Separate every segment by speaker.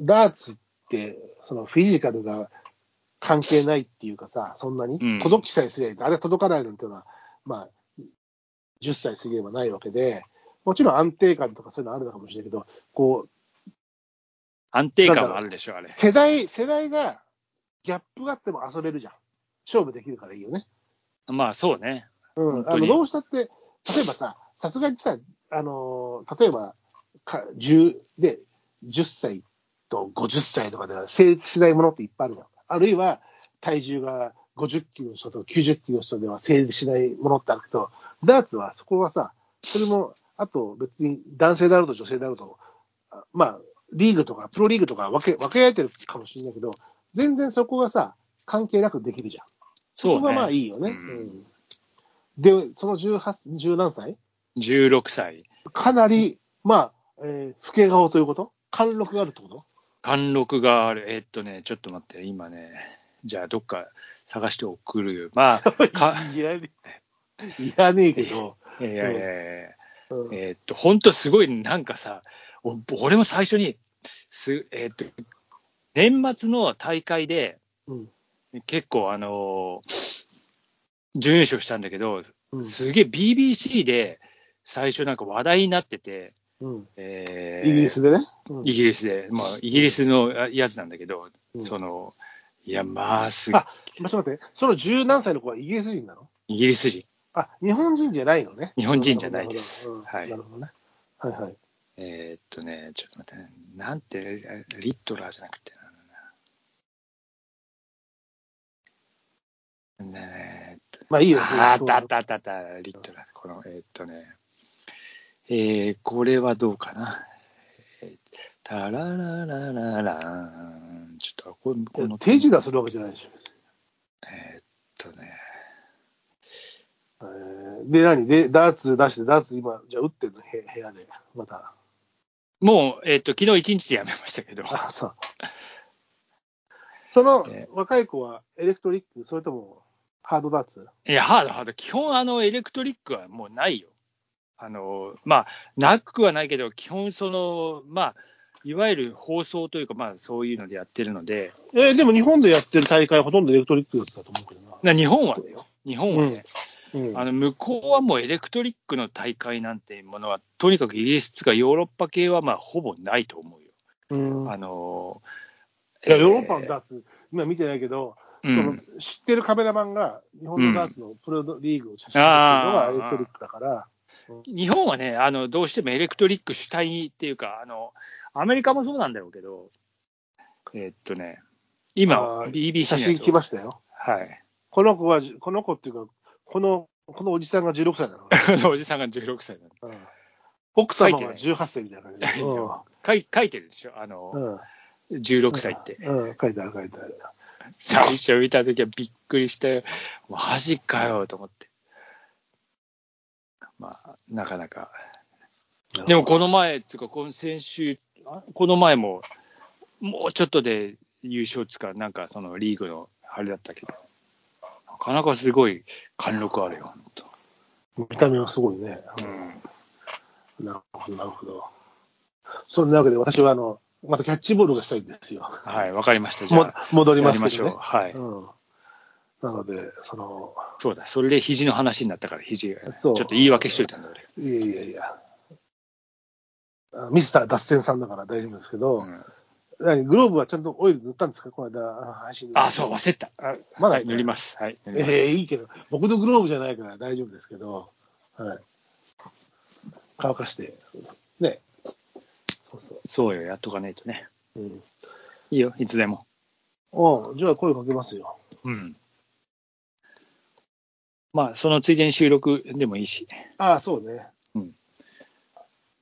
Speaker 1: ダーツって、そのフィジカルが関係ないっていうかさ、そんな
Speaker 2: うん
Speaker 1: に届きさえすればいい、あれは届かないなんていうのは、まあ、10歳過ぎればないわけで、もちろん安定感とかそういうのあるのかもしれないけど、こ
Speaker 2: 安定感はあるでしょ、あ
Speaker 1: う、
Speaker 2: れ。
Speaker 1: 世代、世代がギャップがあっても遊べるじゃん。勝負できるからいいよね。
Speaker 2: まあそうね。
Speaker 1: う
Speaker 2: 本
Speaker 1: ん、
Speaker 2: 当
Speaker 1: あ
Speaker 2: に
Speaker 1: のどうしたって、例えばさ、さすがにさ、あのー例えばか 10, で10歳と50歳とかでは成立しないものっていっぱいあるじゃん。あるいは体重が50キロの人と90キロの人では成立しないものってあるけど、ダーツはそこはさ、それも、あと別に男性であると女性であると、あまあ、リーグとかプロリーグとか分け分けられてるかもしれないけど、全然そこがさ、関係なくできるじゃん。そ
Speaker 2: そう
Speaker 1: こ
Speaker 2: ね
Speaker 1: がまあいいよね。
Speaker 2: う
Speaker 1: うんんで、その18、十何歳
Speaker 2: 16歳。
Speaker 1: かなり、まあ、えー、老け顔ということ貫禄があるってこと
Speaker 2: 貫禄がある。えーっとね、ちょっと待って、今ね、じゃあどっか探して送る。まあ、か
Speaker 1: いやねいらねえけど。
Speaker 2: いやいやいやいや。
Speaker 1: うん
Speaker 2: えーっと、本当すごい、なんかさ、お俺も最初に、すえーっと、年末の大会で、
Speaker 1: うん
Speaker 2: 結構、あのー準優勝したんだけど、
Speaker 1: うん
Speaker 2: すげえ BBC で最初なんか話題になってて、
Speaker 1: うん
Speaker 2: えー
Speaker 1: イギリスでね。うん
Speaker 2: イギリスで、まあ、イギリスのあやつなんだけど、
Speaker 1: うん
Speaker 2: その、いや、まあ、す
Speaker 1: あまちょっと待って、その十何歳の子はイギリス人なの
Speaker 2: イギリス人。
Speaker 1: あ、日本人じゃないのね。
Speaker 2: 日本人じゃないです
Speaker 1: うん
Speaker 2: はい
Speaker 1: なるほどね。はいはい。
Speaker 2: えーっとね、ちょっと待ってね、なんて、リットラーじゃなくて、なんだなね
Speaker 1: まあいい
Speaker 2: えー
Speaker 1: よ。
Speaker 2: っとあーあったあったあったあった、リットラー、この、えーっとね、えー、これはどうかな。えータラララララーン、ちょっと、この、この、
Speaker 1: 定時打するわけじゃないでしょ。別に
Speaker 2: えーっとね、
Speaker 1: えーで、何で、ダーツ出して、ダーツ今、じゃあ打ってんのへ部屋で、また。
Speaker 2: もう、えーっと、昨日一日でやめましたけど、
Speaker 1: あ、そう。その
Speaker 2: で
Speaker 1: 若い子はエレクトリック、それともハードダーツ
Speaker 2: いや、ハード、ハード。基本、あの、エレクトリックはもうないよ。あの、まあ、なくはないけど、基本、その、まあ、いわゆる放送というか、まあ、そういうのでやってるので、
Speaker 1: えーでも日本でやってる大会、ほとんどエレクトリックだったと思うけどな。
Speaker 2: な日本はだよ。日本はね、
Speaker 1: うん
Speaker 2: あの、向こうはもうエレクトリックの大会なんていうものは、とにかくイギリスつかヨーロッパ系は、まあ、ほぼないと思うよ。
Speaker 1: うん
Speaker 2: あの、
Speaker 1: いやヨーロッパの
Speaker 2: だ、
Speaker 1: ダーツ、今見てないけど、
Speaker 2: うん
Speaker 1: その知ってるカメラマンが日本のダーツのプロリーグを写真に撮ってるの
Speaker 2: あ
Speaker 1: はエ
Speaker 2: ー
Speaker 1: レクトリックだから、
Speaker 2: 日本はね、あのどうしてもエレクトリック主体っていうか、あのアメリカもそうなんだろうけど、えーっとね、今
Speaker 1: あ、ー
Speaker 2: BBC
Speaker 1: 写
Speaker 2: の
Speaker 1: 真
Speaker 2: やつ
Speaker 1: 来
Speaker 2: を
Speaker 1: ましたよ。
Speaker 2: はい、
Speaker 1: この子は、この子っていうか、この、このおじさんが16歳だろ。
Speaker 2: あのおじさんが16歳なの
Speaker 1: うん奥様が18歳みたいな感じ
Speaker 2: 書いて
Speaker 1: で。
Speaker 2: ない
Speaker 1: うん
Speaker 2: 書い。書いてるでしょ、あの
Speaker 1: うん
Speaker 2: 16歳って。
Speaker 1: うん、書いてある書いてある。
Speaker 2: 最初見たときはびっくりしたよ、マジかよと思って。まあ、なかなか。でもこの前つうか、この先週、あこの前も、もうちょっとで優勝つか、なんかそのリーグのあれだったけど、なかなかすごい貫禄あるよ、ほんと。
Speaker 1: 見た目はすごいね。
Speaker 2: うん、
Speaker 1: なるほど、なるほど。そんなわけで、私はあの、またキャッチボールがしたいんですよ。
Speaker 2: はい、わかりました。じ
Speaker 1: も
Speaker 2: ゃあ、
Speaker 1: 戻り
Speaker 2: や
Speaker 1: ま
Speaker 2: り
Speaker 1: す
Speaker 2: ま
Speaker 1: け
Speaker 2: し
Speaker 1: ど
Speaker 2: ょう。
Speaker 1: ね。
Speaker 2: はい。
Speaker 1: うん、なので、その、
Speaker 2: そうだ、それで肘の話になったから、肘が。ち
Speaker 1: そ
Speaker 2: ょ
Speaker 1: う
Speaker 2: っと言い訳しといたんだ、俺。
Speaker 1: いやいやいや、あミスター脱線さんだから大丈夫ですけど、
Speaker 2: うん
Speaker 1: 何グローブはちゃんとオイル塗ったんですか、この間、あの配信で
Speaker 2: あ、そう、忘れてた。あ
Speaker 1: まだ
Speaker 2: はい、塗ります。はい、塗ります。
Speaker 1: ええいいけど、僕のグローブじゃないから大丈夫ですけど、はい。乾かして、ね。そうそ
Speaker 2: そうよ、やっとかないとね。
Speaker 1: う。うん。
Speaker 2: いいよ、いつでも。
Speaker 1: おうじゃあ声かけますよ。
Speaker 2: うん。まあ、そのついでに収録でもいいし。
Speaker 1: ああ、そうね。
Speaker 2: うん。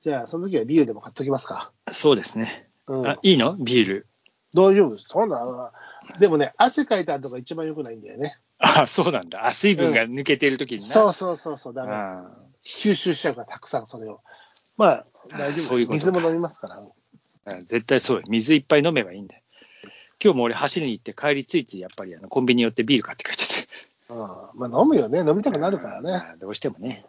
Speaker 1: じゃあ、その時はビールでも買っときますか。
Speaker 2: そうですね。
Speaker 1: うん。
Speaker 2: あいいのビール。
Speaker 1: 大丈夫です。そんな、でもね、汗かいた後が一番良くないんだよね。
Speaker 2: あそうなんだ。あ水分が抜けてる時にな。
Speaker 1: そうそうそうそう、
Speaker 2: う
Speaker 1: だから、
Speaker 2: ん
Speaker 1: 吸収しちゃうから、たくさんそれを。まあ、大丈
Speaker 2: ああそ
Speaker 1: 夫
Speaker 2: うい
Speaker 1: で
Speaker 2: う
Speaker 1: す。水
Speaker 2: ことか
Speaker 1: も飲みますから。
Speaker 2: うん絶対そうよ。水いっぱい飲めばいいんだよ。今日も俺走りに行って帰りついついやっぱりあのコンビニ寄ってビール買って帰っちゃって。
Speaker 1: うん。まあ、飲むよね。飲みたくなるからね。
Speaker 2: うん。どうしてもね。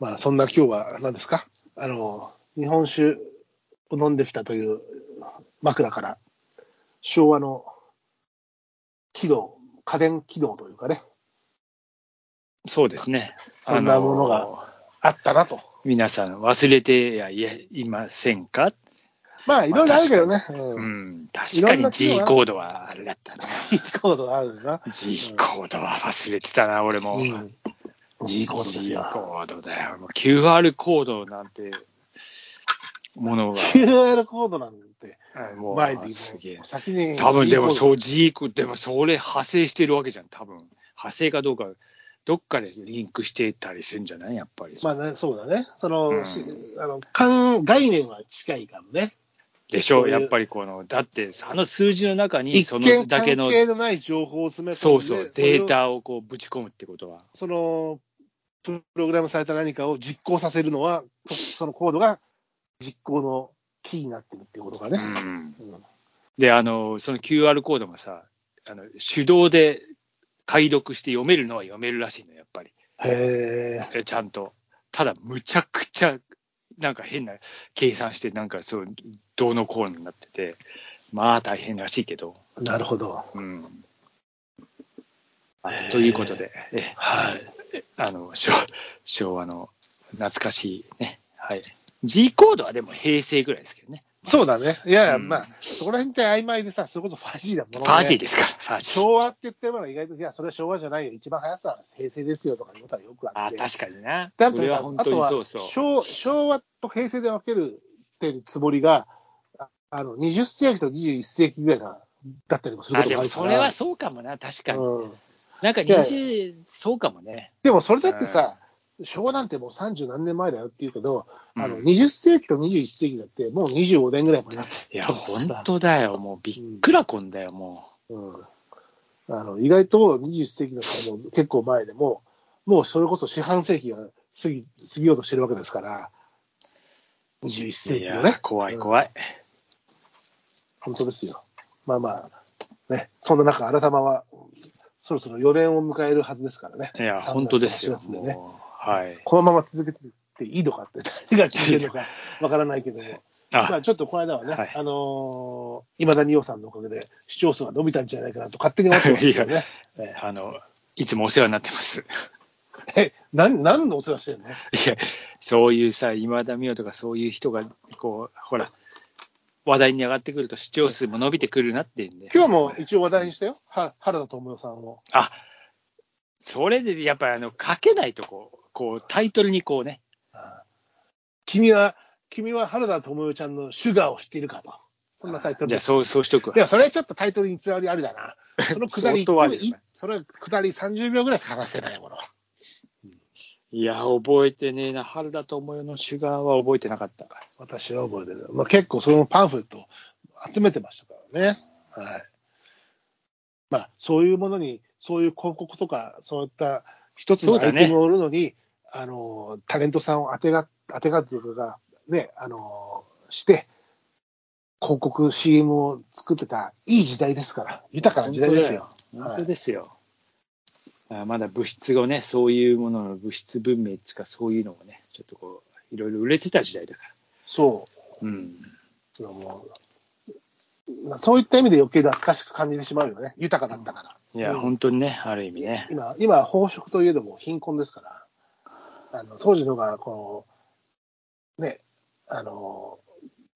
Speaker 1: まあ、そんな今日は何ですかあの、日本酒飲んできたという枕から、昭和の軌道、家電軌道というかね、
Speaker 2: そうですね。
Speaker 1: そんなものが
Speaker 2: あー
Speaker 1: あったなと。
Speaker 2: 皆さん忘れてはいませんか
Speaker 1: まあ、いろいろあるけどね。う。
Speaker 2: うんん、確か
Speaker 1: いろんな
Speaker 2: に
Speaker 1: 機能
Speaker 2: G
Speaker 1: が
Speaker 2: コードはあれ だったな。
Speaker 1: G コードがあるな。
Speaker 2: G コードは忘れてたな、俺も。
Speaker 1: うん。G コードですよ
Speaker 2: G コードだよ。もう QR コードなんてものが、
Speaker 1: QR コードなんて、
Speaker 2: あも
Speaker 1: 前で
Speaker 2: うすげえ。
Speaker 1: 先に。。
Speaker 2: 多分でもそうう G コード、でもそれ派生してるわけじゃん、多分。派生かどうか、どっかでリンクしてたりするんじゃないやっぱり。
Speaker 1: まあね、そうだね。その、
Speaker 2: うん
Speaker 1: しあの、感、概念は近いからね。
Speaker 2: でし
Speaker 1: そ
Speaker 2: ょ
Speaker 1: ういう
Speaker 2: やっぱりこの、だってあの数字の中に
Speaker 1: 一
Speaker 2: その
Speaker 1: 見
Speaker 2: だ
Speaker 1: 関
Speaker 2: けの、
Speaker 1: 係のない情報を詰め込ん
Speaker 2: そう
Speaker 1: で
Speaker 2: そう、
Speaker 1: それ
Speaker 2: デ
Speaker 1: を
Speaker 2: ータをこうぶち込むってことは。
Speaker 1: そのプログラムされた何かを実行させるのは、そそのコードが実行のキーになってるっていうことがね。
Speaker 2: うん
Speaker 1: うん
Speaker 2: で、あの、その QR コードもさ、あの手動で解読して読めるのは読めるらしいの、やっぱり。
Speaker 1: へえ。
Speaker 2: えちゃんと。ただ、むちゃくちゃ、なんか変な計算して、なんかそう、どうのこうのになってて、まあ大変らしいけど。
Speaker 1: なるほど。
Speaker 2: うん。
Speaker 1: へー
Speaker 2: ということ。で、え
Speaker 1: はい。
Speaker 2: あの昭昭和の懐かしいね。はい。G コードはでも平成ぐらいですけどね。
Speaker 1: そうだね。いやいや、
Speaker 2: うん
Speaker 1: まあ、そこら辺って曖昧でさ、それこそファジーだもんね。
Speaker 2: ファジーですから、ファジー。
Speaker 1: 昭和って言ってるのは意外と、いや、それは昭和じゃないよ。一番流行ったのは平成ですよとかいうことはよくあ
Speaker 2: あ
Speaker 1: って。
Speaker 2: 確かにな。
Speaker 1: だっ
Speaker 2: それ
Speaker 1: て
Speaker 2: は
Speaker 1: さ
Speaker 2: 本
Speaker 1: あ
Speaker 2: 当
Speaker 1: と
Speaker 2: に
Speaker 1: は
Speaker 2: そうそう。
Speaker 1: 昭昭和と平成で分けるってるつもりが、ああの20世紀と21世紀ぐらいがだったりもする
Speaker 2: あ
Speaker 1: こと
Speaker 2: で
Speaker 1: もあ
Speaker 2: も
Speaker 1: るから
Speaker 2: それはそうかもな、確かに。
Speaker 1: うん
Speaker 2: なんか20、そうかもね。
Speaker 1: でもそれだってさ、昭和なんてもう30何年前だよっていうけど、あの
Speaker 2: うん
Speaker 1: 20世紀と21世紀だって、もう25年ぐらい前になって
Speaker 2: いや、本当だよ、もうびっくらこんだよ、も
Speaker 1: うんあの意外と21世紀の人も結構前でも、もうそれこそ四半世紀が過ぎ過ぎようとしてるわけですから、21
Speaker 2: う。
Speaker 1: 世
Speaker 2: い
Speaker 1: 紀の
Speaker 2: や
Speaker 1: ね、、
Speaker 2: 怖い怖い。
Speaker 1: 本当ですよ。まあまあ、ね、そんな中、改まはそろそろ4年を迎えるはずですからね。
Speaker 2: いや、
Speaker 1: 3月
Speaker 2: 本当ですよ
Speaker 1: 4、月でね、
Speaker 2: もう。はい。
Speaker 1: このまま続けてっていいのかって、誰が聞いてるのかわからないけども。ま
Speaker 2: あ
Speaker 1: あ、ちょっとこの間はね、
Speaker 2: はい
Speaker 1: あのー今田美桜さんのおかげで視聴数が伸びたんじゃないかなと勝手に思ってますけど ね。え
Speaker 2: あの、いつもお世話になってます。
Speaker 1: ええ、なん、なんのお世話してんの
Speaker 2: いや、そういうさ、今田美桜とかそういう人が、こう、ほら、話題に上がってくると視聴数も伸びてくるなっていうんで。
Speaker 1: 今日も一応話題にしたよ。は原田智代さんを。
Speaker 2: あそれでやっぱりあの書けないとこう、こうタイトルにこうね、
Speaker 1: 君は、君は原田智代ちゃんのシュガーを知っているかと。そんなタイトル
Speaker 2: じゃあ
Speaker 1: で。
Speaker 2: そうそうしとくわ
Speaker 1: い。や、それはちょっとタイトルに偽りありだ な。そのくだり、
Speaker 2: 相当ありですね
Speaker 1: いそれはくだり30秒ぐらいしか話してないもの。
Speaker 2: いや、覚えてねえな、春だと思うよのシュガーは覚えてなかった。
Speaker 1: 私は覚えてる。まあ、結構そのパンフレットを集めてましたからね。はい。まあ、そういうものに、そういう広告とか、そういった一つの
Speaker 2: そう
Speaker 1: ア
Speaker 2: だ
Speaker 1: イ
Speaker 2: ね
Speaker 1: テムを売るのに、あの、タレントさんを当てが、当てがというか、ね、あの、して、広告 CM を作ってた、いい時代ですから、豊かな時代ですよ。
Speaker 2: 本当ですよ。あまだ物質をね、そういうものの物質文明っつうか、そういうのもね、ちょっとこう、いろいろ売れてた時代だから。
Speaker 1: そう。
Speaker 2: うん。
Speaker 1: そのもうそういった意味で余計懐かしく感じてしまうよね、豊かだったから。
Speaker 2: いや、
Speaker 1: うん
Speaker 2: 本当にね、ある意味ね。
Speaker 1: 今、今は飽食といえども貧困ですから、あの当時のがこの、ね、あの、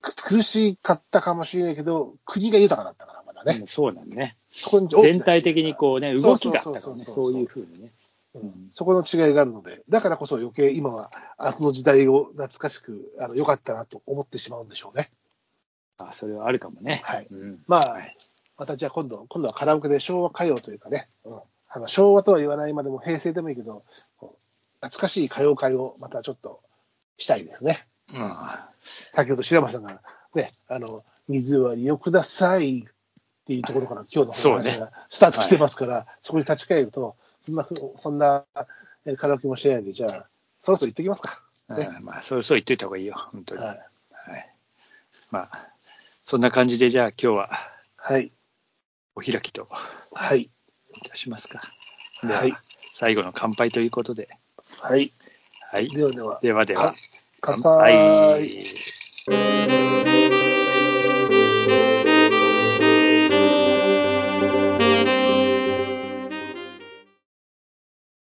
Speaker 1: く苦しかったかもしれないけど、国が豊かだったから、まだね。
Speaker 2: うんそうなんね。
Speaker 1: そこに大きな違い
Speaker 2: 全体的にこうね、
Speaker 1: そう
Speaker 2: 動
Speaker 1: そ
Speaker 2: き
Speaker 1: う
Speaker 2: があった
Speaker 1: そう
Speaker 2: からね、
Speaker 1: そうそう
Speaker 2: そういうふうにね。
Speaker 1: うんそこの違いがあるので、だからこそ余計今は、あの時代を懐かしく、あの良かったなと思ってしまうんでしょうね。
Speaker 2: あ、それはあるかもね。
Speaker 1: はい
Speaker 2: うん
Speaker 1: まあ、
Speaker 2: はい
Speaker 1: またじゃあ今度、今度はカラオケで昭和歌謡というかね、うんあの昭和とは言わないまでも平成でもいいけど、こう懐かしい歌謡会をまたちょっとしたいですね。
Speaker 2: うん
Speaker 1: 先ほど白山さんが、ね、あの、水割りをくださいっていうところから今日の
Speaker 2: そう
Speaker 1: 話
Speaker 2: ね
Speaker 1: がスタートしてますから、そ,、こに立ち返ると、そんなふ、そんなえカラオケもしてないんで、じゃあ、そろそろ行ってきますか。ね
Speaker 2: うんまあ、そうそう言っといた方がいいよ、本当に。は
Speaker 1: はいい。
Speaker 2: まあ、そんな感じで、じゃあ今日は
Speaker 1: はい。
Speaker 2: お開きと
Speaker 1: はい。
Speaker 2: いたしますか。では、
Speaker 1: はい。
Speaker 2: 最後の乾杯ということで。
Speaker 1: はい。
Speaker 2: はい。
Speaker 1: ではでは、
Speaker 2: ではでは、
Speaker 1: 乾杯。
Speaker 2: 乾杯
Speaker 1: した。